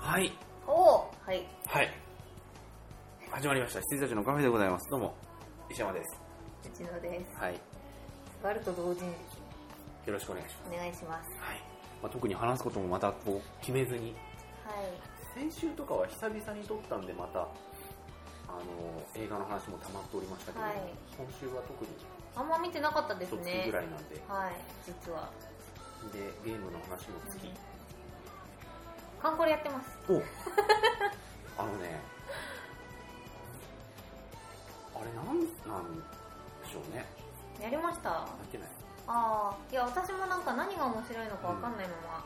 はい。おおはいはい。始まりました。羊たちのカフェでございます。どうも、石山です。うちのですはい。よ座ると同時にろしくお願いしお願いしますます。はい。まあ、特に話すこともまたこう決めずに。はい先週とかは久々に撮ったんで、また、あの、映画の話も溜まっておりましたけど、はい今週は特にあんま見てなかったです一月ねぐらいなんで、はい実はで、ゲームの話もつき。カンコレやってますお あのね、あれなん、なんでしょうね。やりましたやってない。ああいや私もなんか何が面白いのかわかんないまま、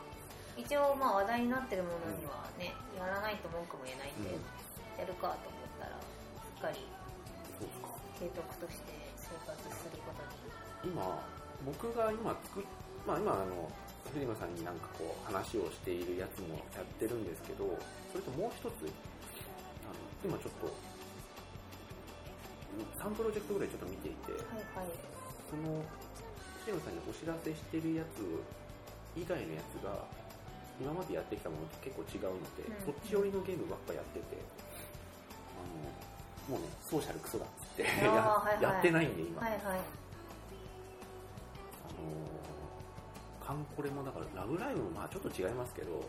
一応まあ話題になってるものにはね、やらないと文句も言えないんで、うんやるかと思ったらしっかりそうですか。継続として生活することに今僕が今作っまあ今あの藤間さんになんかこう話をしているやつもやってるんですけどそれともう一つあの今ちょっと3プロジェクトぐらいちょっと見ていてはいはいその藤間さんにお知らせしてるやつ以外のやつが今までやってきたものと結構違うので、うこんっち寄りのゲームばっかやっててあのもうねソーシャルクソだっつってやあーはいは いやってないんで今、はいはいあのー、カンコレもだから、ラブライブもまあちょっと違いますけど、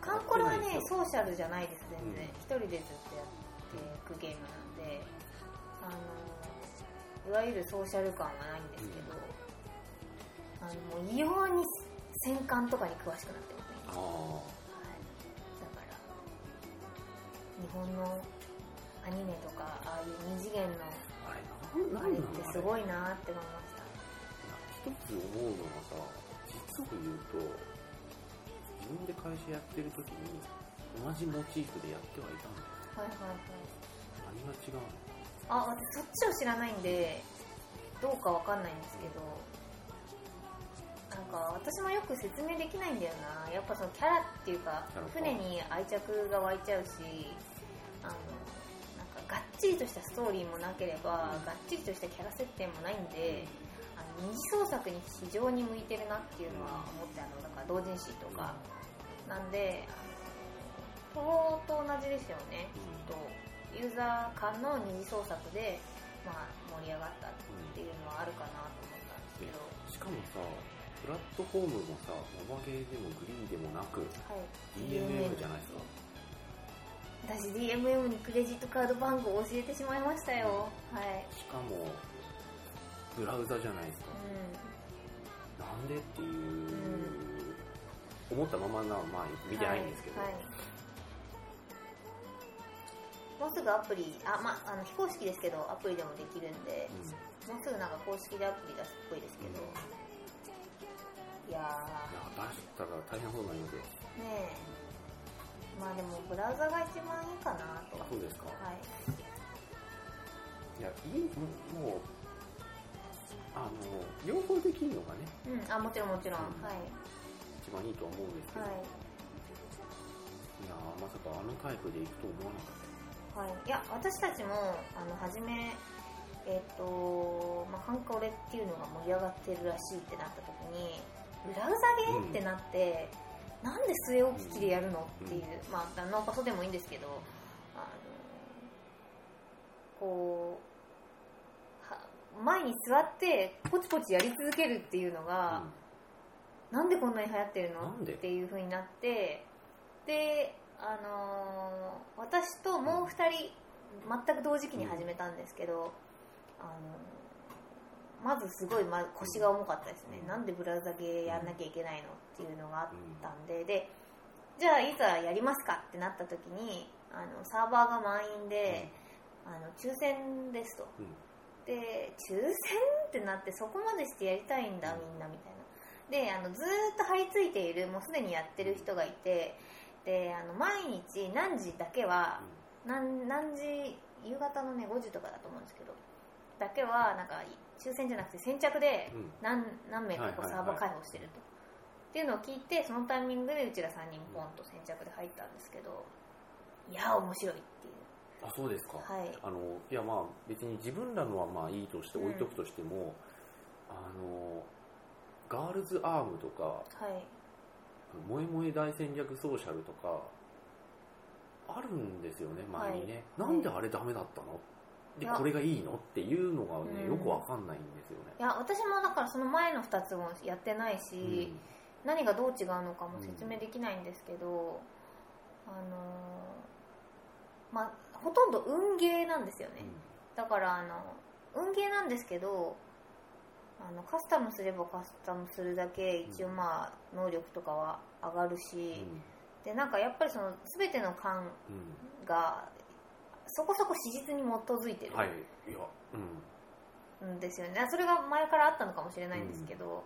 カンコレはやってないね人ソーシャルじゃないです全うん然一、人でずっとやっていくゲームなんであのいわゆるソーシャル感はないんですけど、あのもう異様に戦艦とかに詳しくなってあますねーはいだから日本のアニメとかああいう二次元のあれ、なんなあれんっなのあてすれごいなって思いました一つ思うのがさ、実を言うと、自分で会社やってる時に、同じモチーフでやってはいたんだよ。はいはいはい何が違うのあ私そっちを知らないんでどうかわかんないんですけどなんか私もよく説明できないんだよなやっぱそのキャラっていうかキャラか船に愛着が湧いちゃうしあのなんかがっちりとしたストーリーもなければ、うんがっちりとしたキャラ設定もないんで、あの二次創作に非常に向いてるなっていうのは思ってあのだから同人誌とか、なんであのトロと同じですよねうんとユーザー間の二次創作で、まあ、盛り上がったっうんていうのはあるかなと思ったんでしすけど、かもさ、プラットフォームもさ、モバゲーでもグリーンでもなく、はい、 DMM じゃないですか。私 DMM にクレジットカード番号を教えてしまいましたよ、はい、しかも、ブラウザじゃないですか。なうんでっていう、ん思ったままな、まあ、ん、見てないんですけど、はいはいもうすぐアプリあ、まあ、あの非公式ですけどアプリでもできるんでうんもうすぐなんか公式でアプリ出すっぽいですけど、いやーいや出したら大変なことになりますよねえまあでもブラウザが一番いいかなとあはそうですかいいやいいもうもうあの両方できるのがねうんあもちろんもちろうん、んはい一番いいとは思うんですけど、、はいやーまさかあのタイプでいくと思わなかっい、はい、いや私たちもあの初めえっ、とまあハンコレっていうのが盛り上がってるらしいってなった時にブラウザで、うんってなってなんで据え置き機でやるのっていう、うまあノーパソでもいいんですけどあのこうは前に座ってポチポチやり続けるっていうのたが、なんでこんなに流行ってるのなんでっていう風になってで、あのー私ともう2人全く同時期に始めたんですけど、あのーまずすごい、ま、腰が重かったですね、うんなんでブラウザゲーやんなきゃいけないのっていうのがあっうんうんたんででじゃあいざやりますかってなった時にあのサーバーが満員で、あの抽選ですとうんで抽選ってなってそこまでしてやりたいんだみんなみたいなであのずーっと張り付いているもうすでにやってる人がいてであの毎日何時だけは何何時夕方のね5時とかだと思うんですけどだけはなんか抽選じゃなくて先着でうんうん何何名かはこういはいはサーいバー開放してると、っていうのを聞いてそのタイミングでうちら3人ポンと先着で入ったんですけどいやー面白いっていうあそうですか、はいあのいやまあ別に自分らのはまあいいとして置いとくとしても、あのガールズアームとかはい「萌え萌え大戦略ソーシャル」とかあるんですよね前にね、はいなんであれダメだったのでいやこれがいいのっていうのがねうよんくわかんないんですよねいや私もだからその前の2つもやってないし、何がどう違うのかも説明できないんですけど、あのーまあほとんど運ゲーなんですよね、だからあの運ゲーなんですけどあのカスタムすればカスタムするだけ一応うんまあ能力とかは上がるうんし、でなんかやっぱりその全ての感うんがそこそこ史実に基づいてうるんはいいやうんんですよね、それが前からあったのかもしれないんですけど、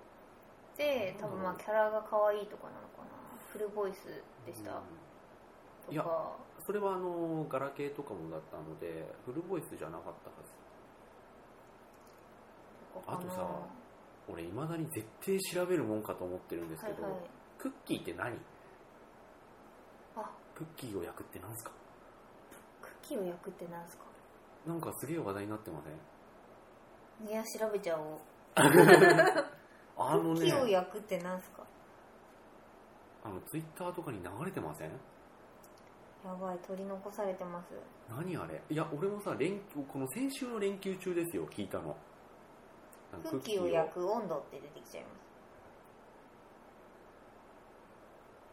で多分まあキャラが可愛いとかなのかなフルボイスでしたうんいとやか、それはあのガラケーとかもだったのでフルボイスじゃなかったはずとかかなあとさ俺いまだに絶対調べるもんかと思ってるんですはいけど、はいクッキーって何あクッキーを焼くってなんすかクッキーを焼くってなんですかなんかすげえ話題になってませんいや調べちゃおうあのクッキーをね焼くってなんすかあのツイッターとかに流れてませんやばい取り残されてます何あれいや俺もさ連休この先週の連休中ですよ聞いたのなんかクッキーを焼く温度って出てきちゃいま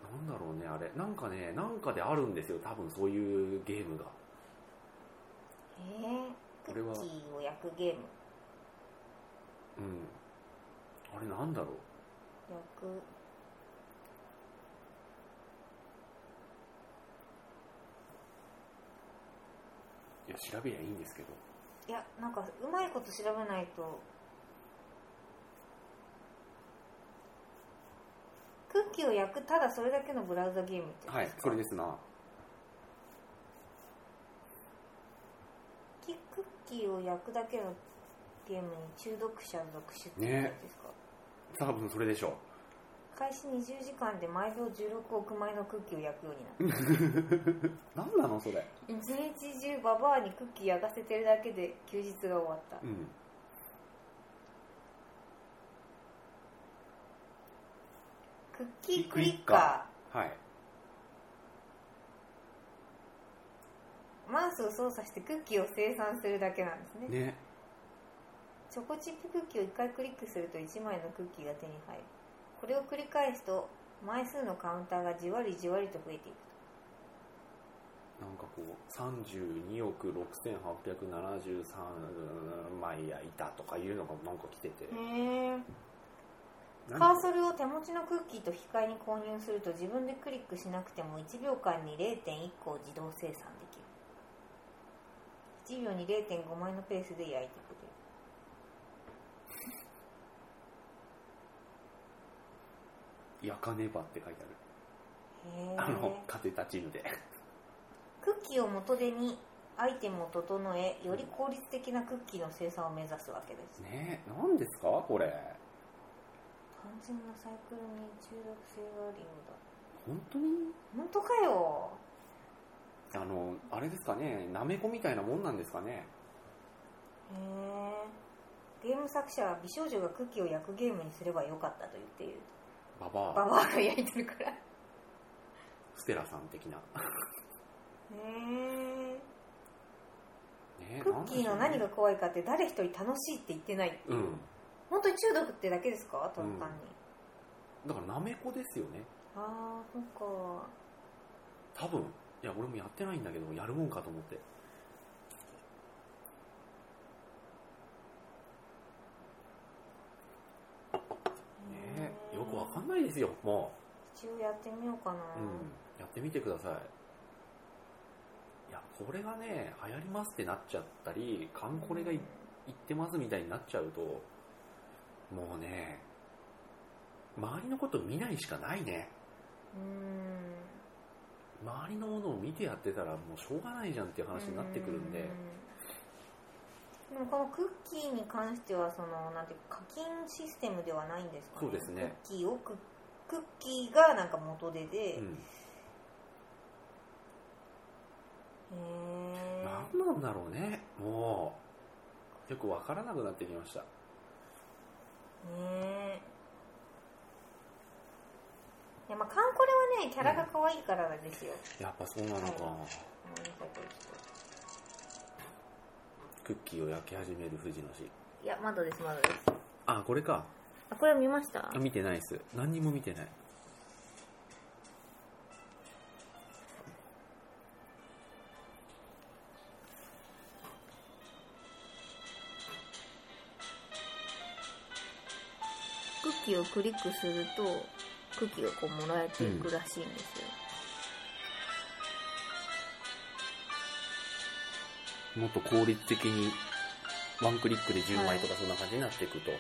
なんだろうねあれなんかねなんかであるんですよ多分そういうゲームがすえー、クこれはッキーを焼くゲームうんあれなんだろう焼くいや調べりゃいいんですけどいやなんかうまいこと調べないとクッキーを焼くただそれだけのブラウザゲームってはいそれですなキクッキーを焼くだけのゲームに中毒者続出ってやつですか、多分それでしょ開始20時間で毎秒16億枚のクッキーを焼くようになっうなんなのそれた一日中ババアにクッキー焼かせてるだけで休日が終わったうんクッキークリッカはいーマウスを操作してクッキーを生産するだけなんですねねチョコチップクッキーを1回クリックすると1枚のクッキーが手に入るこれを繰り返すと枚数のカウンターがじわりじわりと増えていくなんかこう32億6873枚焼いたとかいうのがなんか来てて、とへえなんカかーソルを手持ちのクッキーと引き換えに購入すると自分でクリックしなくても1秒間に0.1個を自動生産できる1秒に0.5枚のペースで焼いてくれる焼かねばって書いてへある、あのえ勝てたチームでクッキーを元手にアイテムを整えより効率的なクッキーの生産を目指すわけですねえ何ですかこれ単純なサイクルに中毒性があるようだ本当に本当かよあのあれですかねなめこみたいなもんなんですかねへえゲーム作者は美少女がクッキーを焼くゲームにすればよかったと言っているバババアバアが焼いてるからステラさん的な、 へねークッキーの何が怖いかって誰一人楽しいって言ってないうんでしょうね本当に中毒ってだけですか単単に、うんだからなめこですよねああそっか多分いや俺もやってないんだけどやるもんかと思ってねえよくわかんないですよも一応やってみようかな、う、うんやってみてくださいいやこれがね流行りますってなっちゃったりカンコレがい言ってますみたいになっちゃうともうね周りのこと見ないしかないねうん周りのものを見てやってたらもうしょうがないじゃんっていう話になってくるんでうんでもこのクッキーに関してはそのなんていうか課金システムではないんですかそねうですねクッキーをクックッキーがなんか元手で、うへんえ何なんだろうねもうよくわからなくなってきましたねえいやまあカンコレはねキャラが可愛いからなんですよ、やっぱそうなのか、あの見た時クッキーを焼き始める藤野氏いやまだですまだですあこれかあこれ見ましたあ見てないっす何にも見てないクッキーをクリックするとクッキーがこうもらえていくらしいんですよ、もっと効率的にワンクリックで10枚とかそんな感じになっていくと、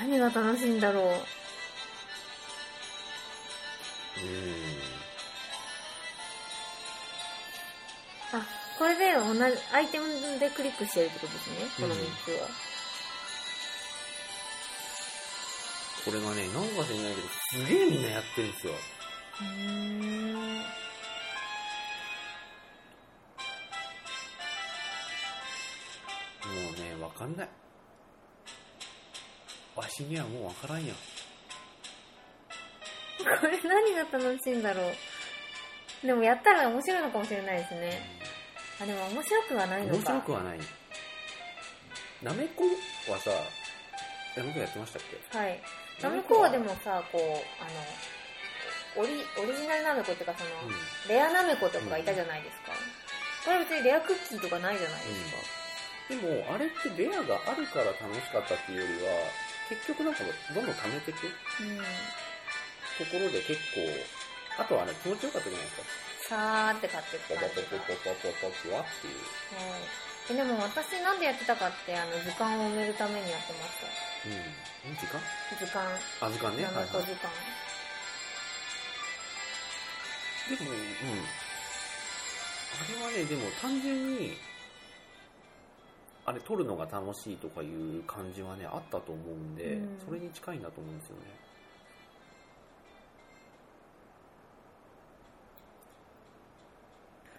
何が楽しいんだろううあこれで同じアイテムでクリックしてるってことですねこの3つは、んこれがねなんか知んないけどすげえみんなやってるんですようーんもうね、わかんない。わしにはもうわからんやん。これ何が楽しいんだろうでもやったら面白いのかもしれないですねあでも面白くはないの面か白くはない。なめこはさ、なめこやってましたっけはいナムコはでもさこうあのオリオリジナルナムコっていうかそうの、ん。レアナメコとかがいたじゃないですか、これ別にレアクッキーとかないじゃないですか、でも、あれってレアがあるから楽しかったっていうよりは、結局なんかどんどん貯めていくうん、ところで結構、あとはね、気持ちよかったじゃないですか。さーって買ってポくポ感ポじポポポポポポワがっていう。はいえでも私なんでやってたかってあの図鑑を埋めるためにやってましうん。ん時間た図鑑あ、時間ね。はいナはメコい。図で鑑、も、うん。あれはね、でも単純に、あれ、撮るのが楽しいとかいう感じはね、あったと思うんで、うんそれに近いんだと思うんですよね。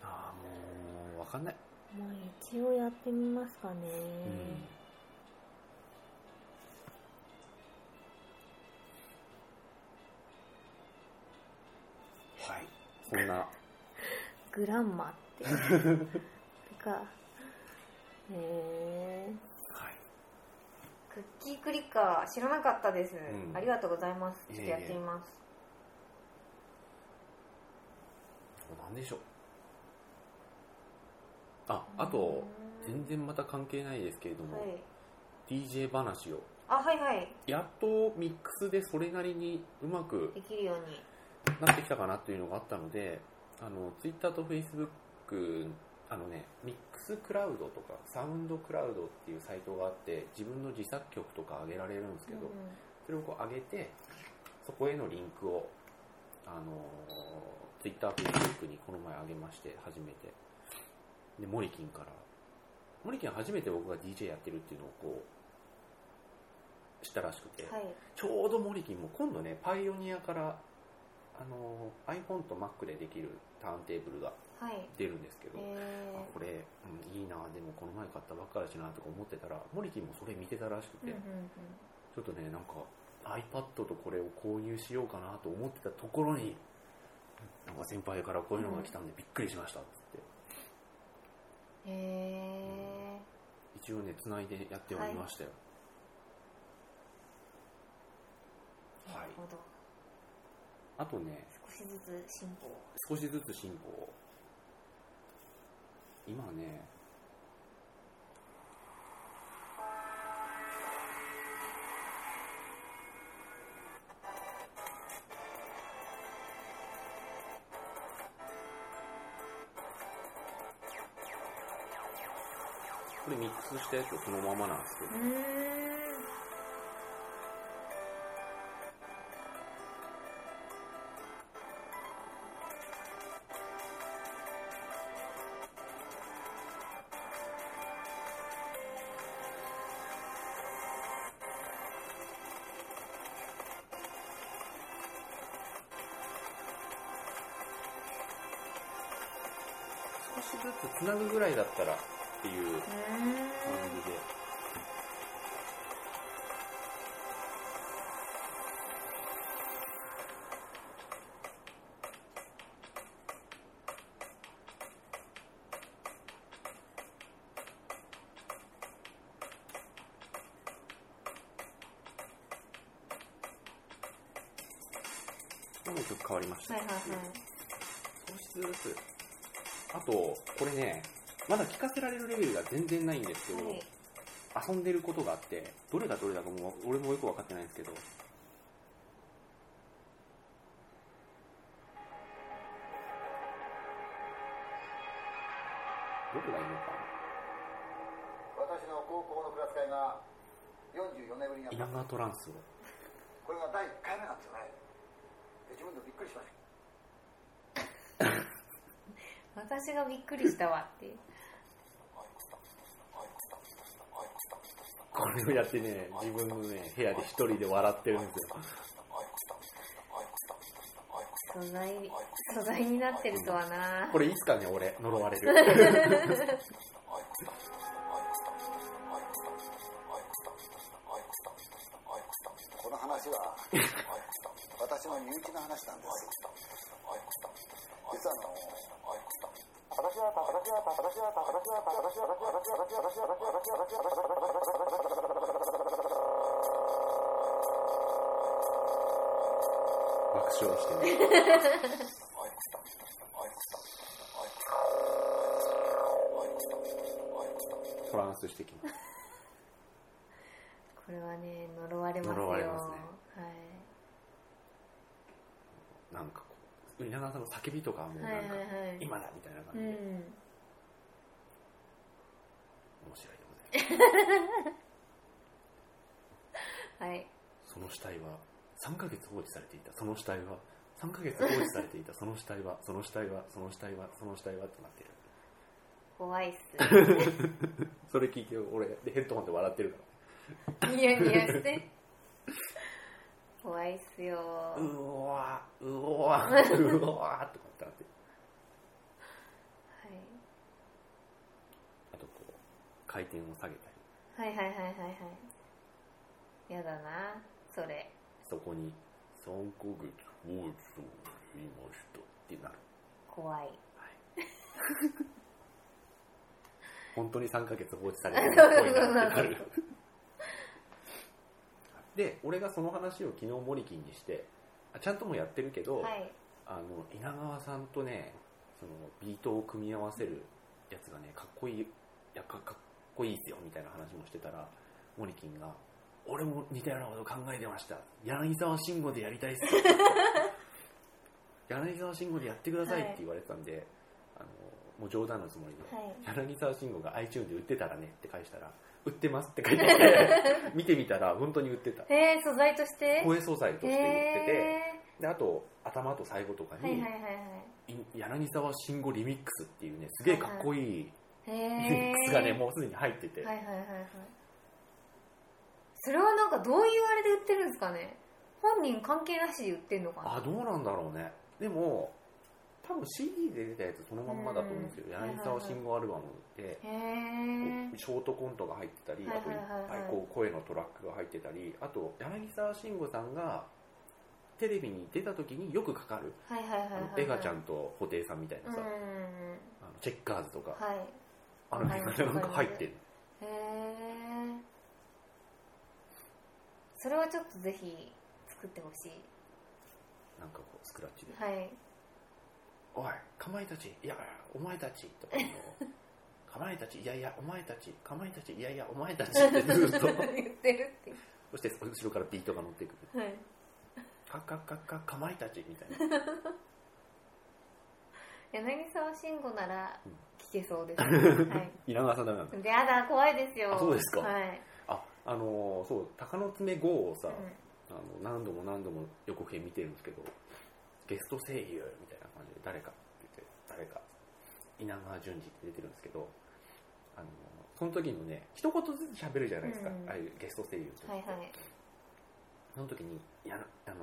ああ、もう、わかんない。まあ一応やってみますかね、うん。はい。そんな、グラン マっててかへえはい。クッキークリッカー知らなかったです、うんありがとうございますちょっとやっいえいえてみますなんでしょうああと全然また関係ないですけれども、はい DJ 話をあはいはいやっとミックスでそれなりにうまくできるようになってきたかなというのがあったのであの Twitter と Facebook あのねミックスクラウドとかサウンドクラウドっていうサイトがあって自分の自作曲とか上げられるんですけど、うんうんそれをこう上げてそこへのリンクを、あのー、Twitter、Facebook にこの前上げまして初めてでモリキンからモリキンは初めて僕が DJ やってるっていうのをこうしたらしくて、はいちょうどモリキンも今度ねパイオニアから、あのー iPhone と Mac でできるターンテーブルがはい出るんですけど、えあこれ、うん、いいなでもこの前買ったばっかりだしなとか思ってたらモリキンもそれ見てたらしくー、うて、んうんうんちょっとね、なんか iPad とこれを購入しようかなと思ってたところに、なんか先輩からこういうのが来たんでびっくりしましたっつって、へ一応ね、つないでやっておりましたよ。ー、はいなるほどあとね、少しずつ進歩を少しずつ進歩を。今ね、これミックスしたやつをそのままなんですけどう、ーんそう少しずつつなぐぐらいだったらっていう感うーんじで、どの曲変わりましたはいはい少しずつあとこれねまだ聞かせられるレベルが全然ないんですけど、はいはい遊んでることがあってどれがどれだかもう俺もよく分かってないんですけどどこがいいのか私の高校のクラス会が44年ぶりにイナやっガーたトランスをこれが第1回目なんですよねで自分でもびっくりしました私がびっくりしたわっていうこれをやってね自分のね部屋で一人で笑ってるんですよ素材素材になってるとはなこれいつかね俺呪われ るこの話は私の身内の話なんです実はあの爆笑してねトランスしてきますこれはね呪われますよ呪われますねはないんかこう稲川さんの叫びとかはもうなんはいかはいはい今だみたいな感うじで、ん面白いでございまはいすその死体は3ヶ月放置されていたその死体は3ヶ月放置されていたその死体はその死体はその死体はその死体はってなってる怖いっ すそれ聞いて俺でヘッドホンで笑ってるかニヤニヤして怖いっすよらうおわうおわうおわとかってなってあとこう回転を下げたりはい、はいはいはいはいはいやだなそれそこに3ヶ月放置されていましたってなる怖いはい本当に3ヶ月放置されてるっぽいなってなるで俺がその話を昨日モリキンにしてあちゃんともやってるけど、はいあの稲川さんとねそのビートを組み合わせるやつがねかっこいいいやかかっこいいっすよみたいな話もしてたらモリキンが「俺も似たようなこと考えてました柳沢慎吾でやりたいっす よ」柳沢慎吾でやってください」って言われてたんで、あのもう冗談のつもりではい柳沢慎吾が iTunes で売ってたらねって返した ら「売ってます」って書いてあって 見てみたら本当に売ってたえー、素材として声素材として売ってて、えであと頭と最後とかー、はいにはいは「い柳沢慎吾リミックス」っていうねすげえかっこいいいはリいミえックー、スがねもうすでに入ってて、はいはいはいはいそれはなんかどういうあれで売ってるんですかね本人関係なしで売ってるのかなあどうなんだろうねでも多分 CD で出たやつそのまんまだと思うんですけど、うん柳沢慎吾アルバムで、へえショートコントが入ってたり、はいはいはいあといはいっぱいこう声のトラックが入ってたりあと柳沢慎吾さんがテレビに出た時によくかかる、はいはいはいはいあはのいエガちゃんと布袋さんみたいなうんさ、うんあうんのチェッカーズとか、はいあの辺がなんか入ってるへえそれはちょっとぜひ作ってほしいなんかこうスクラッチで はいおい、かまいたち、いや、お前たちとかの、かまいたち、いやいや、お前たち、かまいたち、いやいや、お前たちってず っと、言ってるっていうそして後ろからビートが乗ってくる。はいカッカッカッカ、かまいたちみたいな。柳沢慎吾ならうん聞けそうです、は稲川さんダメなんだ。い、でやだ怖いですよあそうですかはい、あ、あのーそう、鷹の爪5をさ、うんあの何度も何度も予告編見てるんですけど、ゲスト声優みたいな感じで、誰かって言って、誰か、稲川淳二って出てるんですけど、あのーその時のね、一言ずつ喋るじゃないですか、うんああいうゲスト声優って。はいはいその時にいやあの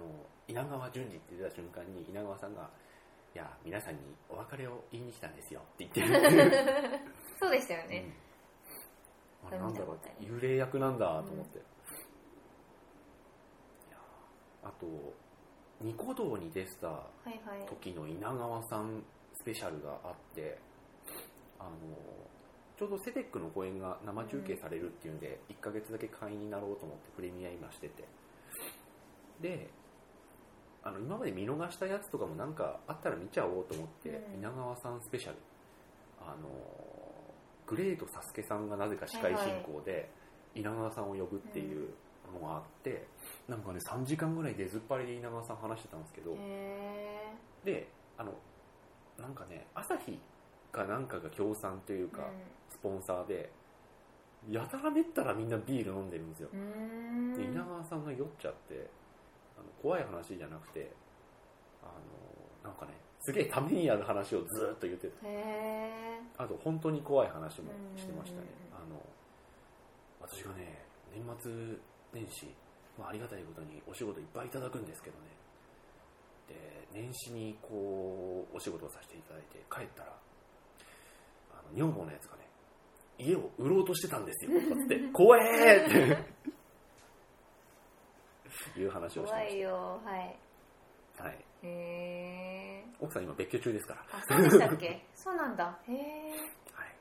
稲川淳二って出た瞬間に稲川さんがいや皆さんにお別れを言いに来たんですよって言って るそうでしたよね、うん、あれなんだろう幽霊役なんだと思って、いやあとニコ動に出てたはいはい時の稲川さんスペシャルがあってあのちょうどセテックの公演が生中継されるっていうんで、1ヶ月だけ会員になろうと思ってプレミア今しててであの今まで見逃したやつとかもなんかあったら見ちゃおうと思って、うん稲川さんスペシャルあのグレートサスケさんがなぜか司会進行で稲川さんを呼ぶっていうのがあって、なんかね3時間ぐらい出ずっぱりで稲川さん話してたんですけど、へえであのなんかね朝日かなんかが協賛というか、スポンサーでやたらめったらみんなビール飲んでるんですよう、んで稲川さんが酔っちゃってあの怖い話じゃなくてあのなんかねすげえためになる話をずーっと言ってへえたあと本当に怖い話もしてましたねうあの私がね年末年始、まあ、ありがたいことにお仕事いっぱいいただくんですけどねで年始にこうお仕事をさせていただいて帰ったらあの女房のやつがね家を売ろうとしてたん ですよとかって怖えーっていう話をしてました怖いよはいはい、へえ奥さん今別居中ですから、あそうでしたっ けそうなんだへえはい、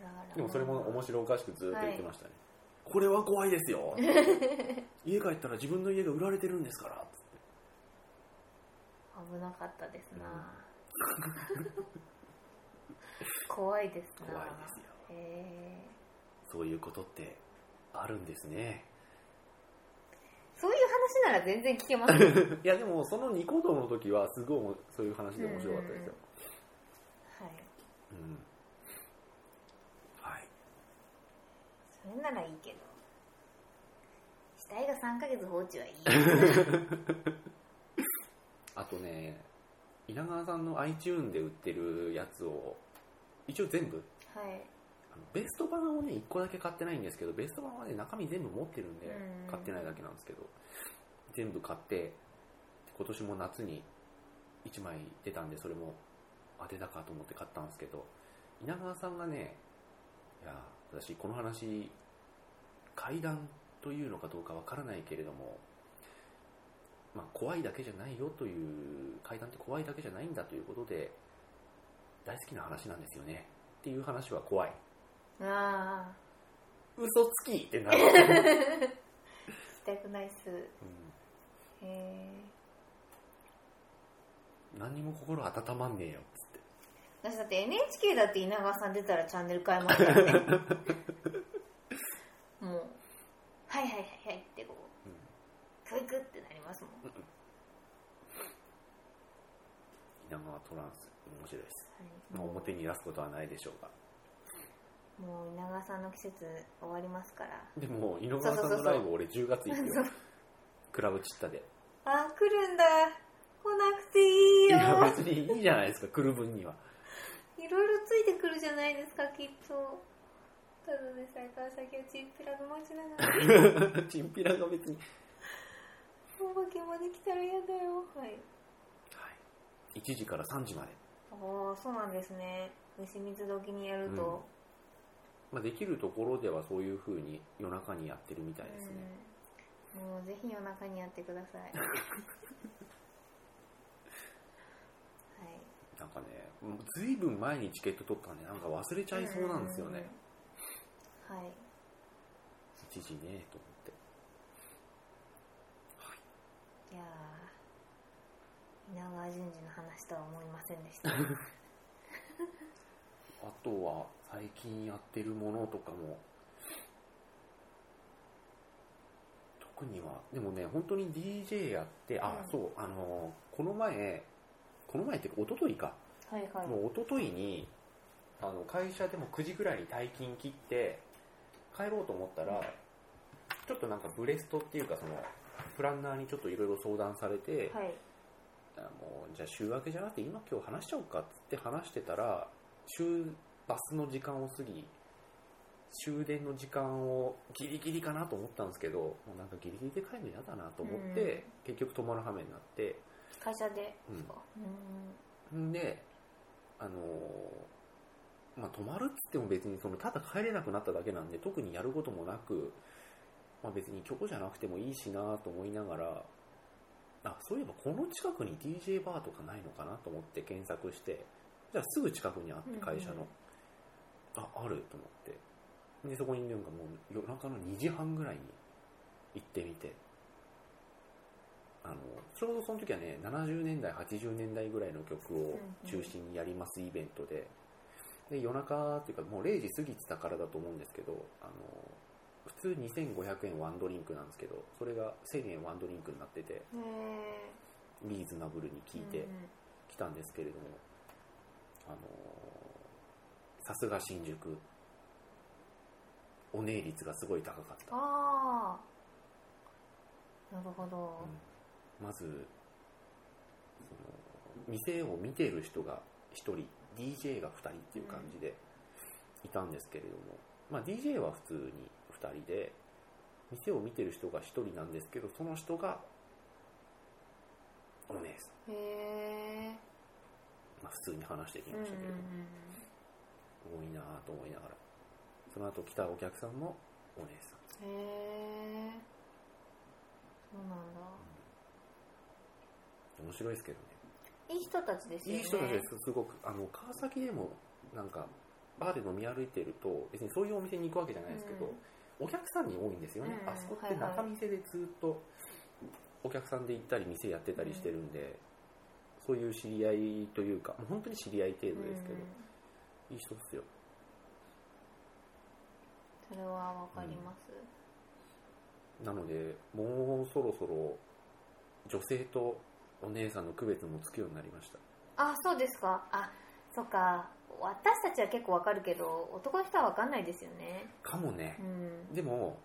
あらあらでもそれも面白おかしくずっと言ってましたね、これは怖いですよ家帰ったら自分の家が売られてるんですからつって危なかったですな、 怖いですな怖いですよへえそういうことってあるんですねそういう話なら全然聞けます ねはいいやでもそのニコ動の時はすごいおもそういう話で面白かったですよ、うんはいそれならいいけど死体が3ヶ月放 置はいいあとね稲川さんの iTune で売ってるやつを一応全部はいあのベスト版をね1個だけ買ってないんですけどベスト版はね中身全部持ってるんでうん買ってないだけなんですけど全部買って今年も夏に1枚出たんでそれも当てたかと思って買ったんですけど稲川さんがねいや私この話怪談というのかどうかわからないけれどもまあ怖いだけじゃないよという怪談って怖いだけじゃないんだということで大好きな話なんですよねっていう話は怖いああ嘘つきってなる、したくないっすへえうん、何にも心温まんねえよっつって私だって NHK だって稲川さん出たらチャンネル変えましたよねもうはいはいはいはいってこううんクイクってなりますもん稲川トランス面白いです、はいまあ、表に出すことはないでしょうがもう稲川さんの季節終わりますからでも稲川さんのライブ俺10月行くよクラブチッタであ来るんだ来なくていいいよや別にいいじゃないですか来る分 にはいろいろついてくるじゃないですかきっとただでさえ川崎はチンピラの街なが らチンピラが別に、お化けまで来たら嫌だよはいはい、1時から3時まで、ああそうなんですね虫水時にやると、まあ、できるところではそういう風に夜中にやってるみたいですね、うんもうぜひ夜中にやってくだ さいはいなんかねもうずいぶん前にチケット取ったんでなんか忘れちゃいそうなんですよね、うんはい一時ねと思っていやー稲川淳二の話とは思いませんでした あとは最近やってるものとかも特にはでもね本当に DJ やってあ、うんそうあのこの前この前っていうか一昨日かはいはいもう一昨日にあの会社でも9時ぐらいに退勤切って帰ろうと思ったらちょっとなんかブレストっていうかそのプランナーにちょっといろいろ相談されて、はいあもうじゃあ週明けじゃなくて今今日話しちゃおうかっつって話してたら週バスの時間を過ぎ終電の時間をギリギリかなと思ったんですけどもうなんかギリギリで帰るの嫌だなと思って、結局泊まる羽目になって会社でうんですかうんんで、あのーまあ、泊まるっつっても別にそのただ帰れなくなっただけなんで特にやることもなく、まあ、別に曲じゃなくてもいいしなと思いながらあそういえばこの近くに DJ バーとかないのかなと思って検索してじゃあすぐ近くにあって会社の、ああると思ってでそこになんかもう夜中の2時半ぐらいに行ってみてあのちょうどその時はね70年代80年代ぐらいの曲を中心にやりますイベントでで夜中っていうかもう0時過ぎてたからだと思うんですけどあの普通2500円ワンドリンクなんですけどそれが1000円ワンドリンクになっててへえリーズナブルに聞いてうんうんきたんですけれども、あのさすが新宿お値率がすごい高かったああなるほど、うんまずその店を見てる人が1人 DJ が2人っていう感じでいたんですけれども、まあ、DJ は普通に2人で店を見てる人が1人なんですけどその人がお姉さへえん、まあ、普通に話してきうんうまんしたけれども、多いなぁと思いながらその後来たお客さんもお姉さんうんへえそうなんだ面白いですけどねいい人たちですよねいい人なんです、すごく。あの、川崎でも、なんか、バーで飲み歩いてると、別にそういうお店に行くわけじゃないですけど、うんお客さんに多いんですよね。うんあそこっはいてはい中店でずっと、お客さんで行ったり、店やってたりしてるんで、そういう知り合いというか、もう本当に知り合い程うん度ですけど、いい人っすよ。それはわかります、なので、もうそろそろ、女性とお姉さんの区別もつくようになりました。あそうですかあそっか私たちは結構わかるけど男の人はわかんないですよねかもねう。んでも、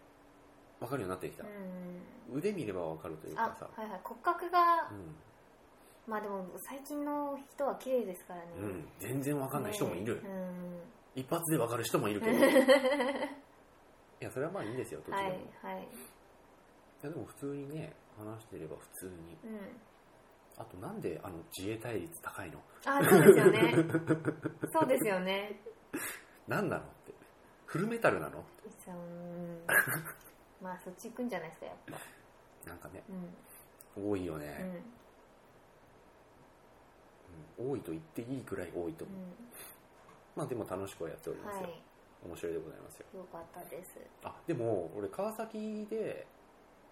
わかるようになってきたう。ん腕見ればわかるというあかさ。はいはい骨格が、うんまあでも最近の人は綺麗ですからね、うん、全然わかんない人もいる、ねうん一発でわかる人もいるけ どいやそれはまあいいんですよ途中はいでも、い、はい、やでも普通にね話してれば普通にうん、あとなんであの自衛隊率高いのあそうですよ ねそうですよね何なのってフルメタルなのうんまあそっち行くんじゃないですかやっぱなんかねうん多いようね、んうん多いと言っていいくらい多いと思う、まあでも楽しくはやっておりうんますはよ、い面白いでございますよよかったですあでも俺川崎で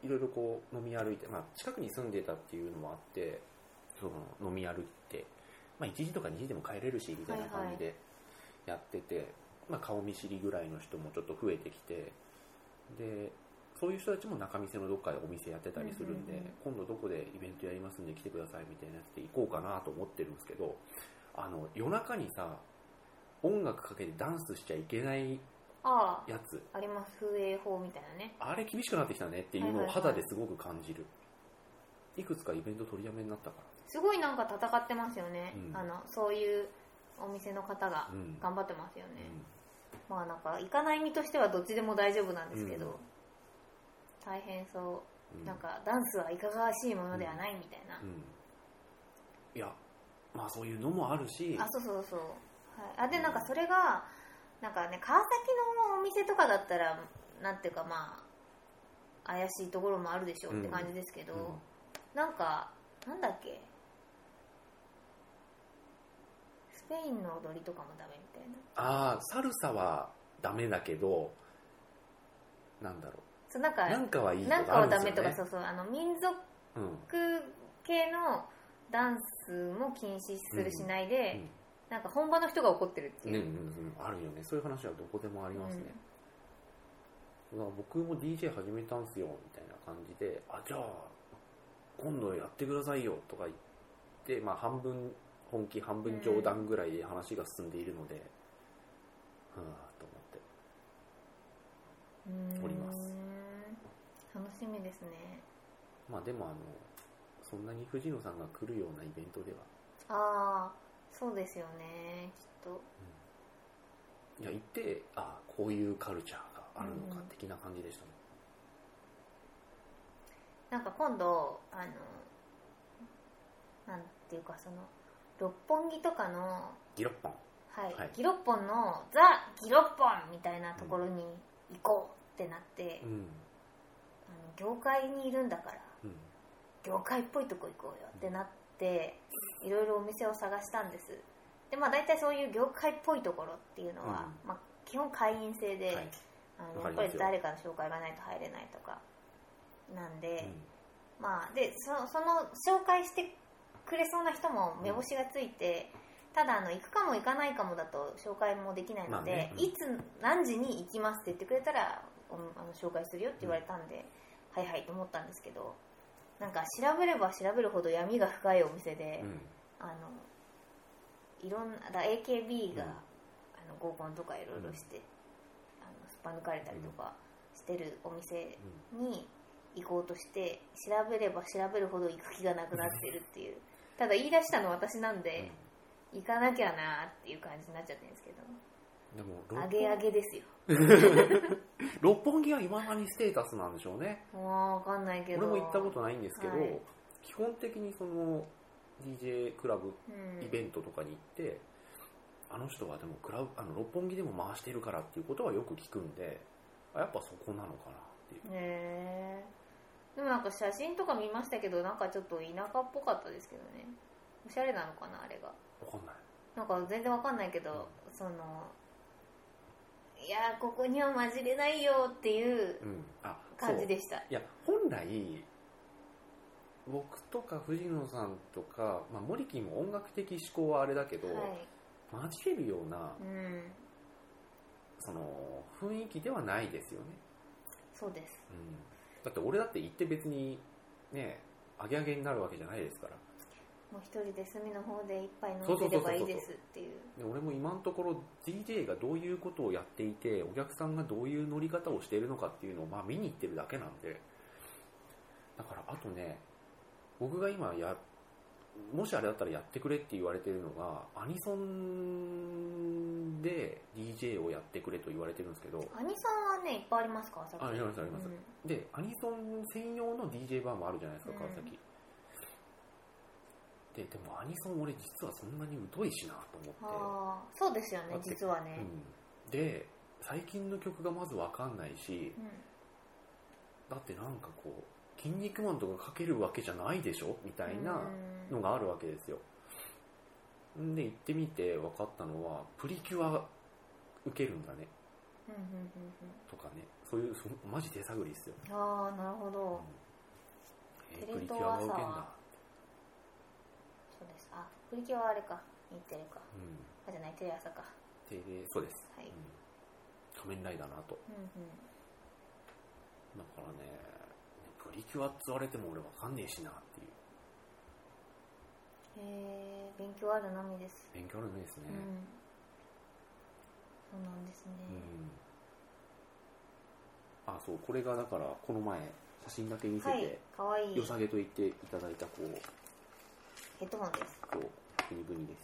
いろいろこう飲み歩いて、まあ、近くに住んでたっていうのもあってその飲み歩いて、まあ、1時とか2時でも帰れるしみたいな感じでやってて、まあ、顔見知りぐらいの人もちょっと増えてきてでそういう人たちも仲見世のどっかでお店やってたりするんで、うんうんうん今度どこでイベントやりますんで来てくださいみたいなやつで行こうかなと思ってるんですけどあの夜中にさ音楽かけてダンスしちゃいけないあやつああります風営法みたいなねあれ厳しくなってきたねっていうのはをいはいはい肌ですごく感じる。いくつかイベント取りやめになったかすごいなんか戦ってますよね、うんあのそういうお店の方がら。うん。頑張ってますよね、うんまあなんか行かない身としてはどっちでも大丈夫なんですけど、うん大変そううなんかダンスはいかがわしいものではないみたいなう、ん。いや、まあそういうのもあるし、あそうそうそう、はい、あでなんかそれがなんかね川崎のお店とかだったらなんていうかまあ怪しいところもあるでしょうって感じですけど、うんなんかなんだっけスペインの踊りとかもダメみたいなあーサルサはダメだけど、なんだろそうなんう。かなんかはいいとかなんかあるんではダすメよとかねそ。うそうあの民族うん。ロック系のダンスも禁止するしないで、なんか本場の人が怒ってるってうん。うんうんいう、うん。あるよね。そういう話はどこでもありますね。うわ僕も DJ 始めたんすよみたいな感じで「あじゃあ今度やってくださいよ」とか言って、まあ、半分本気半分冗談ぐらいで話が進んでいるので、うん、はあと思ってうんおります楽しみですねまあでもあのそんなに藤野さんが来るようなイベントでは、ああそうですよねきっとうん、いや行ってあこういうカルチャーがあるのかうん的な感じでしたね、なんか今度あのなんていうかその六本木とかの、ギロッポンはいはいギロッポンのザ・ギロッポンみたいなところに行こうってなって、うんあの業界にいるんだからうん業界っぽいとこ行こうよってなっていろいろお店を探したんですでまあ大体そういう業界っぽいところっていうのは、うまあ、基本会員制で、はいあのわかやりますよっぱり誰かの紹介がないと入れないとかなんで、まあでそその紹介してくれそうな人も目星がついて、ただあの行くかも行かないかもだと紹介もできないので、まあねうんいつ何時に行きますって言ってくれたらおあの紹介するよって言われたんで、はいはいと思ったんですけどなんか調べれば調べるほど闇が深いお店で、うんうんあのいろんなだ AKB が、うんあの合コンとかいろいろして、あのすっぱ抜かれたりとかしてるお店に行こうとして調べれば調べるほど行く気がなくなってるっていうただ言い出したの私なんで、行かなきゃなーっていう感じになっちゃってるんですけどでもあげあ六げですよ本六本木は今まにステータスなんでしょうねもう分かんないけど俺も行ったことないんですけど、はい基本的にその DJ クラブうんイベントとかに行って、あの人はでもクラブあの六本木でも回してるからっていうことはよく聞くんであやっぱそこなのかなっていう、ねえでもなんか写真とか見ましたけどなんかちょっと田舎っぽかったですけどねおしゃれなのかなあれがわかんないなんか全然わかんないけどそのいやーここには混じれないよっていううんあそう感じでしたいや本来僕とか藤野さんとか、まあ、森木も音楽的思考はあれだけど、はい混じれるようなうんその雰囲気ではないですよね、そうですうん、だって俺だって行って別にねアゲアゲになるわけじゃないですからもう一人で隅の方で一杯飲んでればいいですっていうで俺も今のところ DJ がどういうことをやっていてお客さんがどういう乗り方をしているのかっていうのをまあ見に行ってるだけなんでだからあとね僕が今やもしあれだったらやってくれって言われてるのがアニソンで DJ をやってくれと言われてるんですけどアニさんはねいっぱいありますからさあありますあります、でアニソン専用の DJ バーもあるじゃないですか川崎、うんででもアニソン俺実はそんなに疎いしなと思ってあーそうですよだねって実はねうん、で最近の曲がまず分かんないしうんだってなんかこう「筋肉マン」とかかけるわけじゃないでしょみたいなうんのがあるわけですよんで行ってみて分かったのは「プリキュア受けるんだねうんうんうんうん」とかねそういうそマジ手探りっすよ、ああなるほうんどえーテプレリキ東ュアはがさ受けんだ、そうですあプリキュアはあれか日テレかうん、あじゃないテレ朝かテレそうです、はういん、仮面ライダーの後うんうんだからねプリキュアって言われても俺分かんねえしなっていうへえ勉強あるのみです勉強あるねですね、うんそうなんですね、あそうこれがだからこの前写真だけ見せて、はいかわいい良さげと言っていただいたこうヘッドホンですこうブニブニです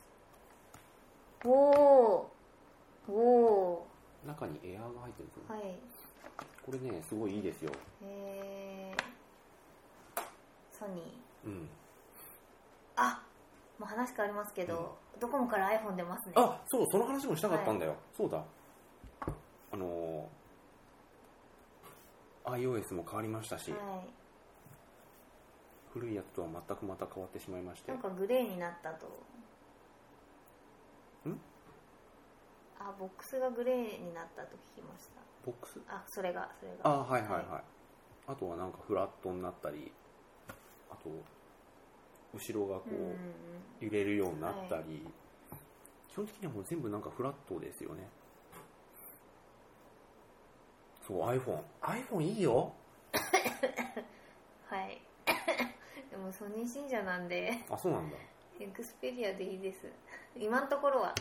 おおお中にエアーが入ってるんですよー、はいへこれねすごいいいですよえソニーうんあもう話変わりますけど、ドコモから iPhone 出ますねあそうその話もしたかったんだよ、そうだあのー iOS も変わりましたし、はい古いやつとは全くまた変わってしまいましてなんかグレーになったとんあボックスがグレーになったと聞きましたボックスあそれがそれあがはいはいはい、あとはなんかフラットになったりあと後ろがこうんうんうんう揺れるようになったり、基本的にはもう全部なんかフラットですよねそう iPhoneiPhone いいよはい でもソニー信者なんであそうなんだエクスペリアでいいです今のところは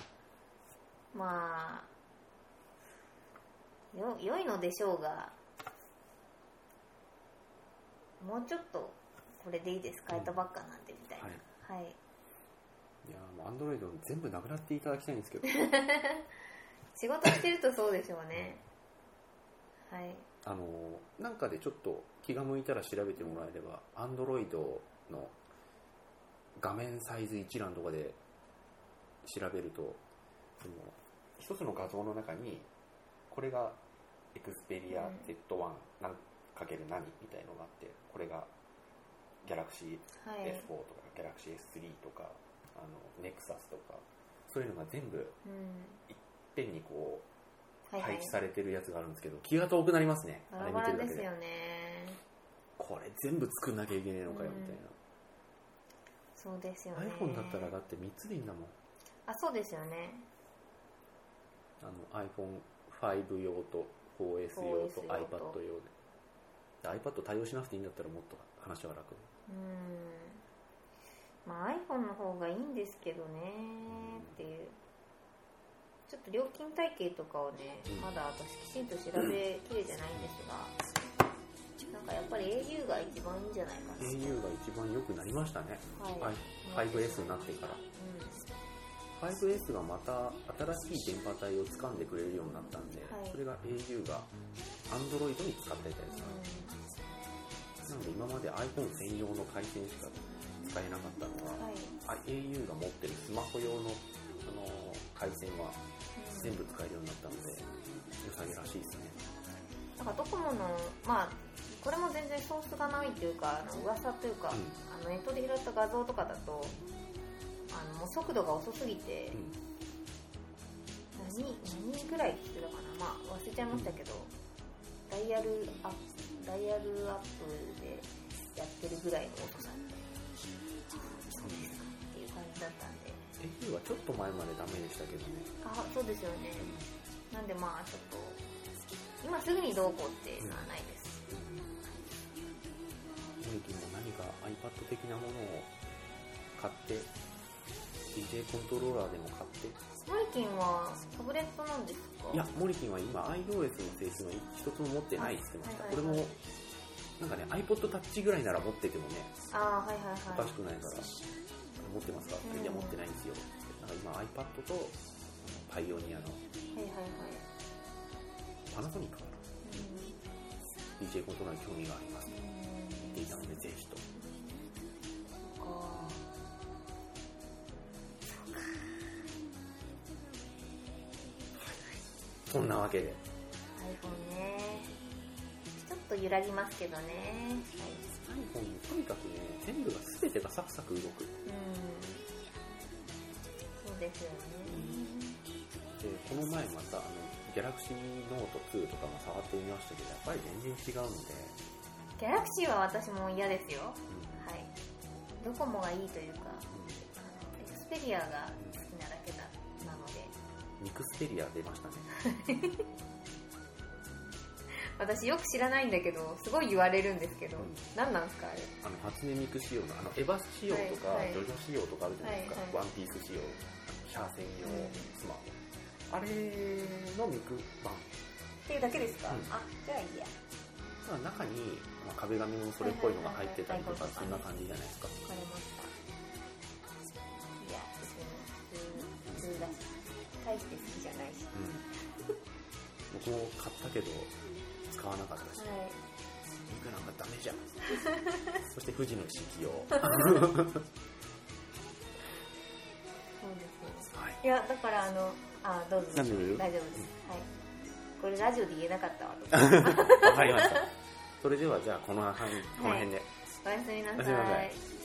まあよ良いのでしょうがもうちょっとこれでいいです変えたばっかなんでみたいなはい、いやーもうアンドロイド全部なくなっていただきたいんですけど仕事してるとそうでしょうねはいあのーなんかでちょっと気が向いたら調べてもらえればアンドロイドの画面サイズ一覧とかで調べるとその一つの画像の中にこれがエクスペリアうん Z1 なんかける何みたいのがあってこれがギャラクシーはい S4 とかギャラクシー S3 とかあのネクサスとかそういうのが全部いっうんぺんにこはういは配い置されてるやつがあるんですけど気が遠くなりますねバあラれバ見てるだラでけすでよねこれ全部作んなきゃいけねえのかようんみたいなそうですよね iPhone だったらだって3つでいいんだもんあそうですよねあの iPhone5 用と 4S 用と 4S 用と iPad 用でで iPad 対応しなくていいんだったらもっと話は楽うんまあ iPhone の方がいいんですけどねっていうちょっと料金体系とかをねうんまだ私きちんと調べきれてないんですがなんかやっぱり au が一番いいんじゃないかな au が一番良くなりましたねはい 5S になってから 5S がまた新しい電波帯を掴んでくれるようになったんで、はいそれが au が Android に使っていたやうん、うんつなので今まで iPhone 専用の回線しか使えなかったのは、はい、あ au が持ってるスマホ用の、あのー回線は全部使えるようになったので良さげらしいですねなんかドコモの、まあ、これも全然ソースがないというか、あの噂というか、うんあのネットで拾った画像とかだと、あのもう速度が遅すぎて、うん何何ぐらいって言ってたかな、まあ、忘れちゃいましたけど、ダイヤルアップダイヤルアップでやってるぐらいの遅さそうですねっていう感じだったんで、 au はちょっと前までダメでしたけどねあそうですよね、なんでまあ、ちょっと、今すぐにどうこうっていうのはないです。モリキも何か iPad 的なものを買って DJ コントローラーでも買ってモリキンはタブレットなんですかいやモリキンは今 iOS の製品は一つも持ってないって言ってました、はいはいこれもなんかね iPod タッチぐらいなら持っててもねああはいはいおかはしくないから、持ってますかって、うんいや持ってないんですよなんか今 iPad とパイオニアのいはいはいはい、パナソニックかなう DJ コントローラーに興味がありますって言っていん、たのでぜひとそっかそんなわけで iPhone ねちょっと揺らぎますけどねはい iPhone とにかくね全部が全てがサクサク動くうんそうですよねでこの前またあのギャラクシーノート2とかも触ってみましたけどやっぱり全然違うので、ギャラクシーは私も嫌ですようんはいドコモがいいというかあのエクスペリアが好きなだけだなのでミクスペリア出ましたね私よく知らないんだけどすごい言われるんですけど、うん何なんですかあれあの初音ミク仕様のあのエヴァ仕様とか、はいはいジョジョ仕様とかあるじゃないですか、ワはいはいンピース仕様シャア専用うんスマホあれのミク版っていうだけですうか、んあじゃあいいやまあ中に、まあ壁紙もそれっぽいのが入ってたりとかはいはいはいはそんいな感じじゃないですかわかりましたいや別に普通普通だし大して好きじゃないしうん僕も買ったけど使わなかったしはいミクなんかダメ じゃんそして富士の色用そうですねはいいやだからあのあどうぞ大丈夫大丈夫です、はいこれラジオで言えなかったわと わかりました。それではじゃあこの辺、この辺で。おやすみなおやすさみなさいい